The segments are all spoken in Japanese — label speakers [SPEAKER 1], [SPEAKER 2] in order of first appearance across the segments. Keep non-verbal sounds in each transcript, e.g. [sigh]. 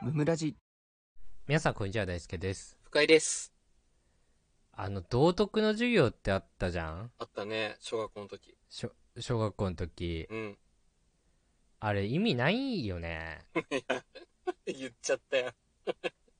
[SPEAKER 1] ムムラジ
[SPEAKER 2] 皆さんこんにちは大輔です
[SPEAKER 3] 深井です。
[SPEAKER 2] あの道徳の授業ってあったじゃん
[SPEAKER 3] あったね、小学校の時。
[SPEAKER 2] しょ小学校の時
[SPEAKER 3] うん。
[SPEAKER 2] あれ意味ないよね
[SPEAKER 3] 言っちゃったよ。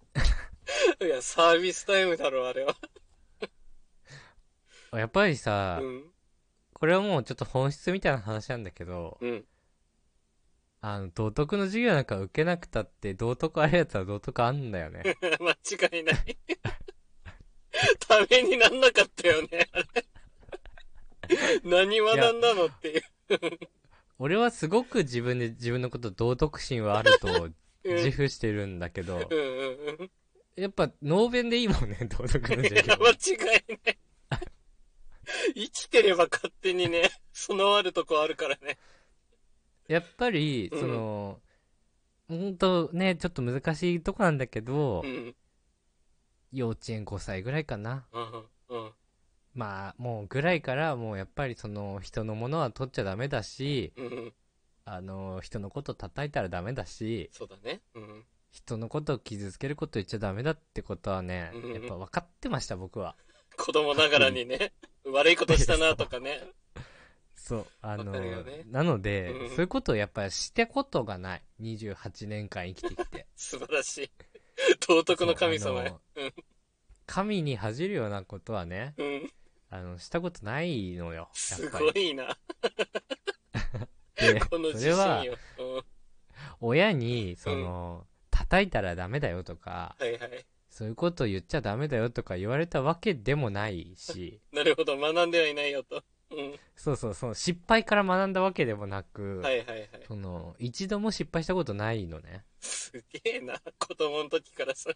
[SPEAKER 3] [laughs] いや、サービスタイムだろ、あれは。
[SPEAKER 2] やっぱりさ、
[SPEAKER 3] うん。
[SPEAKER 2] これはもうちょっと本質みたいな話なんだけど
[SPEAKER 3] うん。
[SPEAKER 2] あの道徳の授業なんか受けなくたって道徳あるやつは道徳あんだよね
[SPEAKER 3] [laughs] 間違いない。ためになんなかったよね、あれ。何学んだのっていう
[SPEAKER 2] 俺はすごく自分で自分のこと道徳心はあると
[SPEAKER 3] うん。
[SPEAKER 2] 自負してるんだけど
[SPEAKER 3] うんうんうん。
[SPEAKER 2] やっぱ能弁でいいもんね [laughs] 道徳の
[SPEAKER 3] い
[SPEAKER 2] 授
[SPEAKER 3] や、
[SPEAKER 2] 業
[SPEAKER 3] 間違いない。生きてれば勝手にね、備わるとこあるからね。
[SPEAKER 2] やっぱり、
[SPEAKER 3] うん
[SPEAKER 2] その、ほんとね、ちょっと難しいとこなんだけど、
[SPEAKER 3] うん。
[SPEAKER 2] 幼稚園5歳ぐらいかな。
[SPEAKER 3] うん。うん。
[SPEAKER 2] まあ、もうぐらいから、もうやっぱりその、人のものは取っちゃダメだし、
[SPEAKER 3] うん。
[SPEAKER 2] あの、人のこと叩いたらダメだし、
[SPEAKER 3] そうだね。うん。
[SPEAKER 2] 人のことを傷つけること言っちゃダメだってことはね
[SPEAKER 3] うん、
[SPEAKER 2] やっぱ分かってました、僕は。
[SPEAKER 3] 子供ながらにね、悪いことしたなとかね。
[SPEAKER 2] そう、あの、
[SPEAKER 3] わかるよね
[SPEAKER 2] なので、
[SPEAKER 3] うん
[SPEAKER 2] そういうことをやっぱしてことがない。28年間生きてき
[SPEAKER 3] [laughs]
[SPEAKER 2] て。
[SPEAKER 3] 素晴らしい。道徳の神様や。
[SPEAKER 2] そうあの神に恥じるようなことはね、
[SPEAKER 3] うん。
[SPEAKER 2] あの、したことないのよ。や
[SPEAKER 3] す
[SPEAKER 2] っぱ
[SPEAKER 3] ご
[SPEAKER 2] り。
[SPEAKER 3] いな。
[SPEAKER 2] で
[SPEAKER 3] この
[SPEAKER 2] そ
[SPEAKER 3] 自
[SPEAKER 2] れ
[SPEAKER 3] 信
[SPEAKER 2] は、
[SPEAKER 3] よ。うんは
[SPEAKER 2] 親に、その、叩いたらダメだよとか、
[SPEAKER 3] いはい。
[SPEAKER 2] そういうこと言っちゃダメだよとか言われたわけでもないし、
[SPEAKER 3] なるほど。学んではいないよと。うん。
[SPEAKER 2] そうそうそう、失敗から学んだわけでもなく、
[SPEAKER 3] はいはいはい。
[SPEAKER 2] その、一度も失敗したことないのね。
[SPEAKER 3] すげえな。子供の時からさ。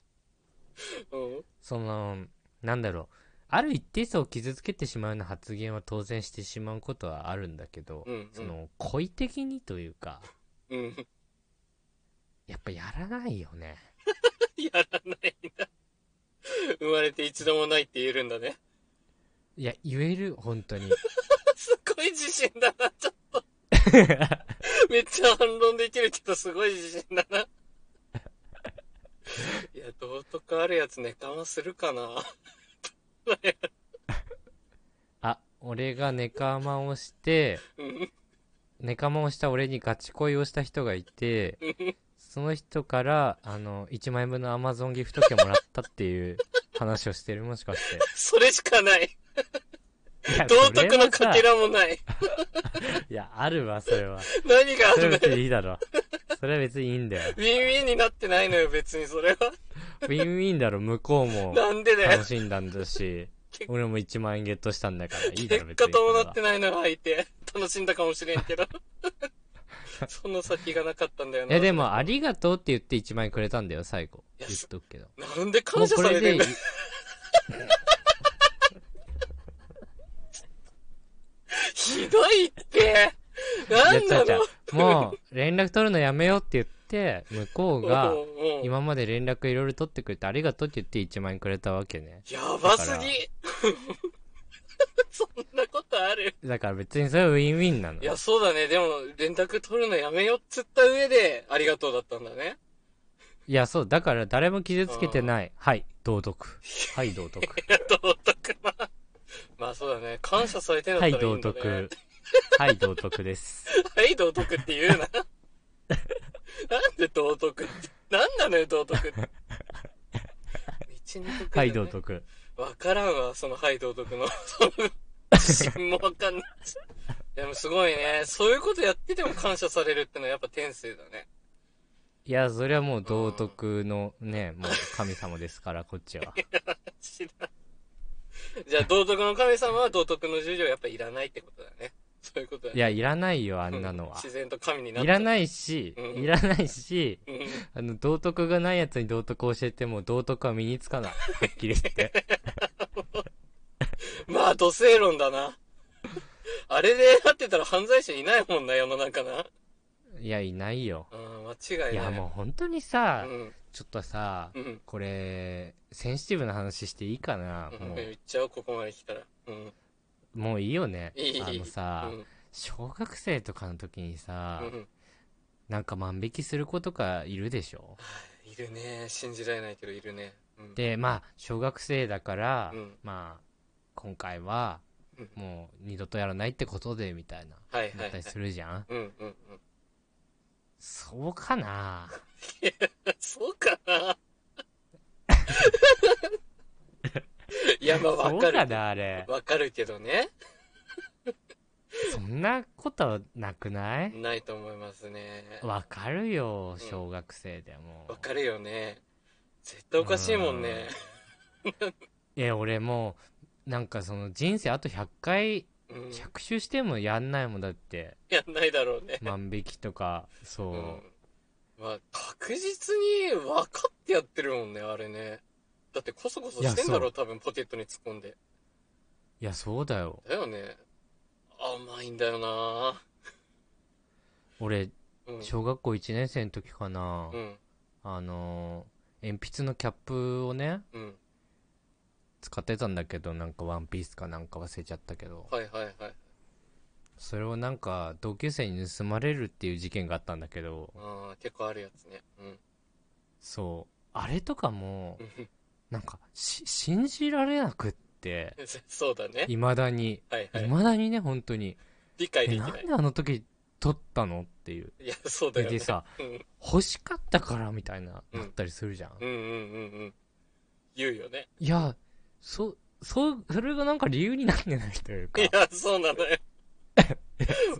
[SPEAKER 3] うん。
[SPEAKER 2] その、なんだろう、ある一定数を傷つけてしまうような発言は当然してしまうことはあるんだけど、
[SPEAKER 3] うんうん
[SPEAKER 2] その、故意的にというか、
[SPEAKER 3] うん。
[SPEAKER 2] やっぱやらないよね。
[SPEAKER 3] やらないな。生まれて一度もないって言えるんだね。
[SPEAKER 2] いや、言える、本
[SPEAKER 3] [laughs]
[SPEAKER 2] 当に。
[SPEAKER 3] すごい自信だな、ちょっ
[SPEAKER 2] [laughs]
[SPEAKER 3] と。めっちゃ反論できるけど、すごい自信
[SPEAKER 2] [laughs]
[SPEAKER 3] だな。いや、道徳あるやつネタはするかな。
[SPEAKER 2] あ、俺がネカマをして、
[SPEAKER 3] うん。
[SPEAKER 2] ネカマをした俺にガチ恋をした人がい
[SPEAKER 3] [laughs]
[SPEAKER 2] て、その人から、あの、1万円分のアマゾンギフト券もらったっていう話をしてるもしかして。
[SPEAKER 3] それしかない。 [laughs]
[SPEAKER 2] いや
[SPEAKER 3] 道徳
[SPEAKER 2] そ
[SPEAKER 3] の
[SPEAKER 2] れ
[SPEAKER 3] か
[SPEAKER 2] はさ
[SPEAKER 3] けらもない。
[SPEAKER 2] いや、あるわ、それは。
[SPEAKER 3] 何があ
[SPEAKER 2] それは
[SPEAKER 3] る
[SPEAKER 2] 別
[SPEAKER 3] の
[SPEAKER 2] に
[SPEAKER 3] よ。
[SPEAKER 2] いいだろ。それは別にいいんだよ。
[SPEAKER 3] ウィンウィンになってないのよ、別にそれは。
[SPEAKER 2] ウィンウィンだろ、向こうも
[SPEAKER 3] なんでだよ
[SPEAKER 2] 楽。しんだんだし、
[SPEAKER 3] 結
[SPEAKER 2] 俺も1万円ゲットしたんだから、いいだろ、別
[SPEAKER 3] 結果
[SPEAKER 2] に。それ
[SPEAKER 3] 伴
[SPEAKER 2] は
[SPEAKER 3] ってないのよ、相手。楽しんだかもしれ
[SPEAKER 2] [laughs]
[SPEAKER 3] んけど。その先がなかったんだよな。
[SPEAKER 2] いや、でも、ありがとうって言って1万円くれたんだよ、最後。
[SPEAKER 3] い
[SPEAKER 2] 言
[SPEAKER 3] や
[SPEAKER 2] っとくけど。
[SPEAKER 3] なんで感謝されてん
[SPEAKER 2] も
[SPEAKER 3] だ
[SPEAKER 2] うこれでいい
[SPEAKER 3] ひどいって。ないん
[SPEAKER 2] や違う
[SPEAKER 3] な
[SPEAKER 2] 違
[SPEAKER 3] の
[SPEAKER 2] うもう連絡取るのやめようって言って向こうが
[SPEAKER 3] うんうん
[SPEAKER 2] 今まで連絡いろいろ取ってくれてありがとうって言って1万円くれたわけね
[SPEAKER 3] やばすぎ [laughs] そんなことある
[SPEAKER 2] だから別にそれはウィンウィンなの
[SPEAKER 3] いや、そうだね。でも、連絡取るのやめよっつった上で、ありがとうだったんだね。
[SPEAKER 2] いやそうだから誰も傷つけてないはい道徳はい道
[SPEAKER 3] [laughs]
[SPEAKER 2] 徳
[SPEAKER 3] いや、 [laughs] 道徳な。まあそうだね。感謝されてんだ
[SPEAKER 2] は
[SPEAKER 3] っ
[SPEAKER 2] い
[SPEAKER 3] たらいい
[SPEAKER 2] 道
[SPEAKER 3] んだね。
[SPEAKER 2] 徳はい道徳です
[SPEAKER 3] [laughs] はい、道徳って言うな。 [laughs] なんで道徳って。なんなのよ、道 [laughs] 徳って。道に徳、ね。
[SPEAKER 2] はい道。徳
[SPEAKER 3] わからんわ、その、はい、
[SPEAKER 2] [laughs]
[SPEAKER 3] 道徳の。その、自信もわかんない。でもすごいね。そういうことやってても感謝されるってのはやっぱ天性だね。 [laughs]
[SPEAKER 2] いやそれはもう道徳のねもう神様ですからこっちは
[SPEAKER 3] 知らんじゃあ、道徳の神様は道徳の授業やっぱいらないってことだね。そういうことだ
[SPEAKER 2] い
[SPEAKER 3] ね。
[SPEAKER 2] やいらないよあんなの
[SPEAKER 3] [laughs] うん
[SPEAKER 2] は
[SPEAKER 3] 自然と神になっ
[SPEAKER 2] いら
[SPEAKER 3] い。
[SPEAKER 2] ないし
[SPEAKER 3] うん
[SPEAKER 2] いらないし
[SPEAKER 3] うん
[SPEAKER 2] あの、道徳がないやつに道徳を教えても道徳は身につかない。はっきり言って。
[SPEAKER 3] まあ、土星論だな。 [laughs] あれでやってたら犯罪者いないもんな、世の中な。
[SPEAKER 2] いや、いないよ。
[SPEAKER 3] うん、間違
[SPEAKER 2] い
[SPEAKER 3] いな
[SPEAKER 2] や、
[SPEAKER 3] い。
[SPEAKER 2] もう本当にさ、
[SPEAKER 3] うん。
[SPEAKER 2] ちょっとさ
[SPEAKER 3] う、ん。
[SPEAKER 2] これ、センシティブな話していいかな
[SPEAKER 3] うん
[SPEAKER 2] も
[SPEAKER 3] 言っちゃう、ここまで来たら。うん。
[SPEAKER 2] う、もういいよね
[SPEAKER 3] いい。
[SPEAKER 2] あのさ
[SPEAKER 3] う、ん
[SPEAKER 2] 小学生とかの時にさ
[SPEAKER 3] う、ん。
[SPEAKER 2] なんか万引きする子とかいるでしょ
[SPEAKER 3] いるね。信じられないけど、いるね。うん、
[SPEAKER 2] で、まあ、小学生だから、
[SPEAKER 3] うん
[SPEAKER 2] まあ、今回は
[SPEAKER 3] うん、
[SPEAKER 2] もう二度とやらないってことで、みたいな、
[SPEAKER 3] はいはい
[SPEAKER 2] だ
[SPEAKER 3] は
[SPEAKER 2] っ
[SPEAKER 3] い
[SPEAKER 2] たりするじゃん。
[SPEAKER 3] うんうん [laughs] うん。
[SPEAKER 2] そうかな
[SPEAKER 3] そうか
[SPEAKER 2] [laughs]
[SPEAKER 3] ないや、まあ、
[SPEAKER 2] そ
[SPEAKER 3] [laughs] わ
[SPEAKER 2] う
[SPEAKER 3] か
[SPEAKER 2] か
[SPEAKER 3] る。
[SPEAKER 2] なあれ。
[SPEAKER 3] わかるけどね。
[SPEAKER 2] そんなことはなくない
[SPEAKER 3] ないと思いますね。
[SPEAKER 2] わかるよ、
[SPEAKER 3] ん
[SPEAKER 2] 小学生でも。
[SPEAKER 3] わかるよね。絶対おかしいもんね。
[SPEAKER 2] え、俺もう、なんかその人生あと100回、
[SPEAKER 3] うん。
[SPEAKER 2] 100周してもやんないもんだって。
[SPEAKER 3] やんないだろうね。
[SPEAKER 2] 万引きと
[SPEAKER 3] [laughs]
[SPEAKER 2] か、
[SPEAKER 3] う
[SPEAKER 2] そ
[SPEAKER 3] ん。まあ、確実に分かってやってるもんね、あれね。だって、こそこそしてんだ
[SPEAKER 2] い
[SPEAKER 3] ろ
[SPEAKER 2] や
[SPEAKER 3] う、多分、ポテトに突っ込んで。
[SPEAKER 2] う。いや、そうだよ。
[SPEAKER 3] だよね。甘いんだよな
[SPEAKER 2] 俺、
[SPEAKER 3] うん。
[SPEAKER 2] 小学校1年生の時かな、
[SPEAKER 3] うん。
[SPEAKER 2] あのー鉛筆のキャップをね、
[SPEAKER 3] うん。
[SPEAKER 2] 使ってたんだけど、なんかワンピースかなんか忘れちゃったけど、
[SPEAKER 3] はいはいはい。
[SPEAKER 2] それをなんか同級生に盗まれるっていう事件があったんだけど、
[SPEAKER 3] ああ、結構あるやつね。うん。 [laughs]
[SPEAKER 2] そう、あれとかも
[SPEAKER 3] う、ん
[SPEAKER 2] なんかし、信じられなくって、
[SPEAKER 3] そうだね。
[SPEAKER 2] 未だに、
[SPEAKER 3] はいはい。
[SPEAKER 2] 未だにね、本当に、
[SPEAKER 3] 理解
[SPEAKER 2] え、
[SPEAKER 3] でき
[SPEAKER 2] な
[SPEAKER 3] なんい。
[SPEAKER 2] であの時撮ったのっていう。
[SPEAKER 3] いや、そうだ
[SPEAKER 2] で
[SPEAKER 3] よね
[SPEAKER 2] で。さ、
[SPEAKER 3] うん
[SPEAKER 2] 欲しかったからみたいな、
[SPEAKER 3] うん
[SPEAKER 2] なったりするじゃん。
[SPEAKER 3] うんうんうんうん。言うよね。
[SPEAKER 2] いや、そ、そう、それがなんか理由になってないというか
[SPEAKER 3] い、や、そうな
[SPEAKER 2] [laughs]
[SPEAKER 3] のよ。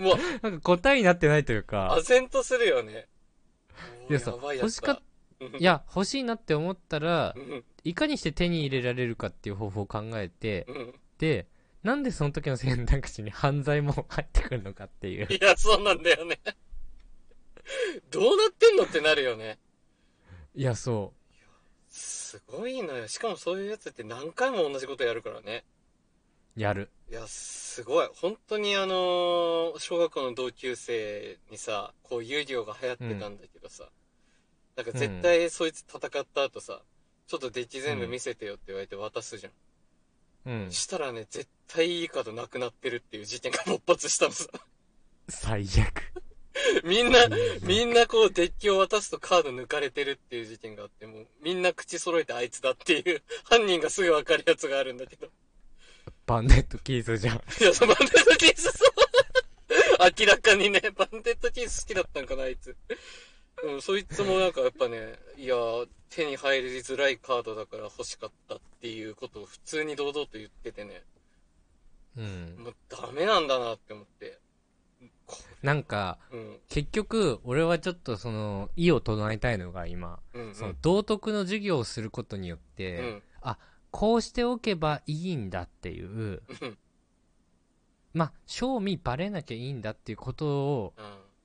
[SPEAKER 3] もう、
[SPEAKER 2] なんか答えになってないというか、
[SPEAKER 3] 唖然とするよね。
[SPEAKER 2] いやさ、
[SPEAKER 3] おーばい
[SPEAKER 2] 欲しかっ
[SPEAKER 3] うん
[SPEAKER 2] いや、欲しいなって思ったら
[SPEAKER 3] う、ん
[SPEAKER 2] いかにして手に入れられるかっていう方法を考えて、
[SPEAKER 3] うん。
[SPEAKER 2] で、なんでその時の選択肢に犯罪も入ってくるのかっていう。
[SPEAKER 3] いや、そうなんだよね。どうなってんのってなるよね。
[SPEAKER 2] いや、そ
[SPEAKER 3] すごいのよ。しかもそういうやつって何回も同じことやるからね。
[SPEAKER 2] う、やる。
[SPEAKER 3] いや、すごい。本当にあのー小学校の同級生にさ、こう、遊戯王が流行ってたんだけどさ、なんか絶対そいつ戦った後さ、ちょっとデッキ全部見せてよって言われて渡すじゃん。
[SPEAKER 2] うん。
[SPEAKER 3] したらね、絶対いいカードなくなってるっていう事件が勃発したのさ。 [laughs]
[SPEAKER 2] 最悪。
[SPEAKER 3] みんな、 [laughs] みんなこう、デッキを渡すとカード抜かれてるっていう事件があって、もう、みんな口揃えてあいつだっていう、犯人がすぐわかるやつがあるんだけど。
[SPEAKER 2] バンデットキーズじゃん。
[SPEAKER 3] いや、そう [laughs] バンデッドキース、そう。明らかにね、バンデッドキース好きだったんかな、あいつ。うん、そいつもなんかやっぱね、いやー、手に入りづらいカードだから欲しかったっていうことを普通に堂々と言っててね、
[SPEAKER 2] うん。
[SPEAKER 3] もうダメなんだなって思って。こ
[SPEAKER 2] なんか、
[SPEAKER 3] うん、
[SPEAKER 2] 結局、俺はちょっとその、意を唱えたいのが今、
[SPEAKER 3] うん、うん。
[SPEAKER 2] その、道徳の授業をすることによっ
[SPEAKER 3] う
[SPEAKER 2] て、
[SPEAKER 3] ん、
[SPEAKER 2] こうしておけばいいんだっていう、
[SPEAKER 3] うん、
[SPEAKER 2] まあ、賞味バレなきゃいいんだっていうことを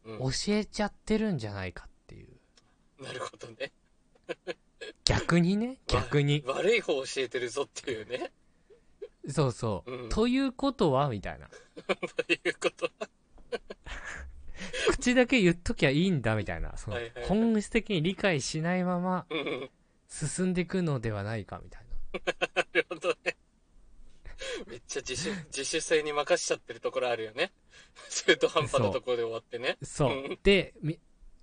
[SPEAKER 3] うん。
[SPEAKER 2] 教えちゃってるんじゃないかっていう。
[SPEAKER 3] なるほどね。
[SPEAKER 2] 逆にね、逆に。
[SPEAKER 3] 悪い方を教えてるぞっていうね。 [laughs]
[SPEAKER 2] そうそう。
[SPEAKER 3] うん
[SPEAKER 2] ということは、みたいな。
[SPEAKER 3] ということ。
[SPEAKER 2] 口だけ言っときゃいいんだ、みたいな。その
[SPEAKER 3] はいはいはい
[SPEAKER 2] 本質的に理解しないまま
[SPEAKER 3] うん、な
[SPEAKER 2] 進んでいくのではないか、みたいな。
[SPEAKER 3] るほどね。めっちゃ自主、自主性に任しちゃってるところあるよね。 [laughs] 中途半端なところで終わってね。
[SPEAKER 2] そうう。で、み、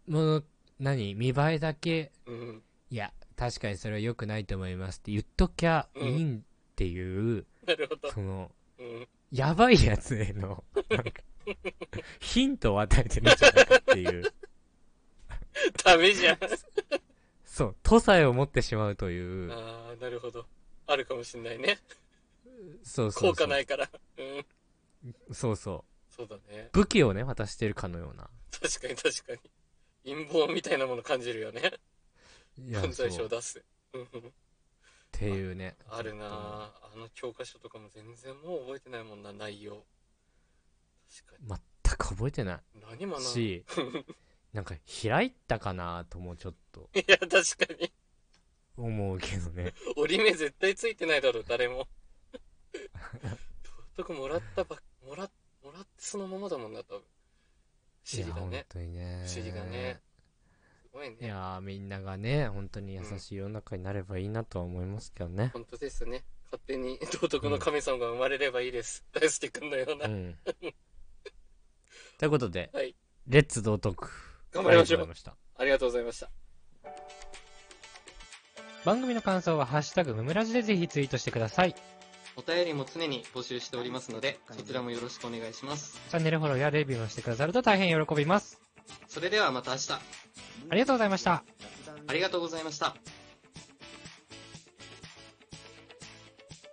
[SPEAKER 2] もう、何見栄えだけ、
[SPEAKER 3] うん。
[SPEAKER 2] いや、確かにそれは良くないと思いますって言っときゃいいんっていう、
[SPEAKER 3] なるほど。
[SPEAKER 2] その、
[SPEAKER 3] うん。
[SPEAKER 2] やばいやつへの、なん [laughs] か、ヒントを与えてるんじゃないかっていう、
[SPEAKER 3] ダメじゃん。
[SPEAKER 2] そう、都才を持ってしまうという、
[SPEAKER 3] ああ、なるほど。あるかもしんないね。
[SPEAKER 2] そうそ
[SPEAKER 3] 効
[SPEAKER 2] うそ
[SPEAKER 3] 果
[SPEAKER 2] う
[SPEAKER 3] ないから。うん。
[SPEAKER 2] そうそう。
[SPEAKER 3] そうだね。
[SPEAKER 2] 武器をね、渡してるかのような。
[SPEAKER 3] 確かに確かに。陰謀みたいなもの感じるよね。
[SPEAKER 2] いや
[SPEAKER 3] 犯罪
[SPEAKER 2] そ
[SPEAKER 3] 者
[SPEAKER 2] う
[SPEAKER 3] を
[SPEAKER 2] っ
[SPEAKER 3] 出す。うんうん。
[SPEAKER 2] ていうね。
[SPEAKER 3] あるなああの教科書とかも全然もう覚えてないもんな、内容。確か
[SPEAKER 2] 全く覚えてな
[SPEAKER 3] に。何も
[SPEAKER 2] い
[SPEAKER 3] な。
[SPEAKER 2] し、なんか開いたかなともちょっと
[SPEAKER 3] いや、確かに。
[SPEAKER 2] 思うけどね。
[SPEAKER 3] 折り目絶対ついてないだろう、
[SPEAKER 2] [laughs]
[SPEAKER 3] 誰も。道徳もらったばっもら、もらってそのままだもんな、多分。 [laughs] 不
[SPEAKER 2] い
[SPEAKER 3] 思
[SPEAKER 2] や、
[SPEAKER 3] 議だ
[SPEAKER 2] 本
[SPEAKER 3] ね。
[SPEAKER 2] 当にね。
[SPEAKER 3] 不思議だね。。すごい
[SPEAKER 2] い
[SPEAKER 3] ね。
[SPEAKER 2] やーみんながね、本当に優しい世の中になればいいなとは思いますけどね。
[SPEAKER 3] 本当ですね。勝手に [laughs] 道徳の神様が生まれればいいです。大輔くんのよう
[SPEAKER 2] う
[SPEAKER 3] な。
[SPEAKER 2] ん。ということで、
[SPEAKER 3] はい。
[SPEAKER 2] レッツ道徳。
[SPEAKER 3] 頑張りましょう
[SPEAKER 2] あがとございました。
[SPEAKER 3] ありがとうございました。
[SPEAKER 2] 番組の感想はハッシュタグムムラジでぜひツイートしてください。チ
[SPEAKER 3] お便りも常に募集しておりますので、そちらもよろしくお願いします。
[SPEAKER 2] ャンネルフォローやレビューもしてくださると大変喜びます。
[SPEAKER 3] それではまた明日、
[SPEAKER 2] ありがとうございました。
[SPEAKER 3] ありがとうございました。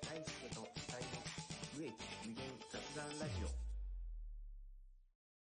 [SPEAKER 4] 大輔と二人の無益無限雑談ラジオ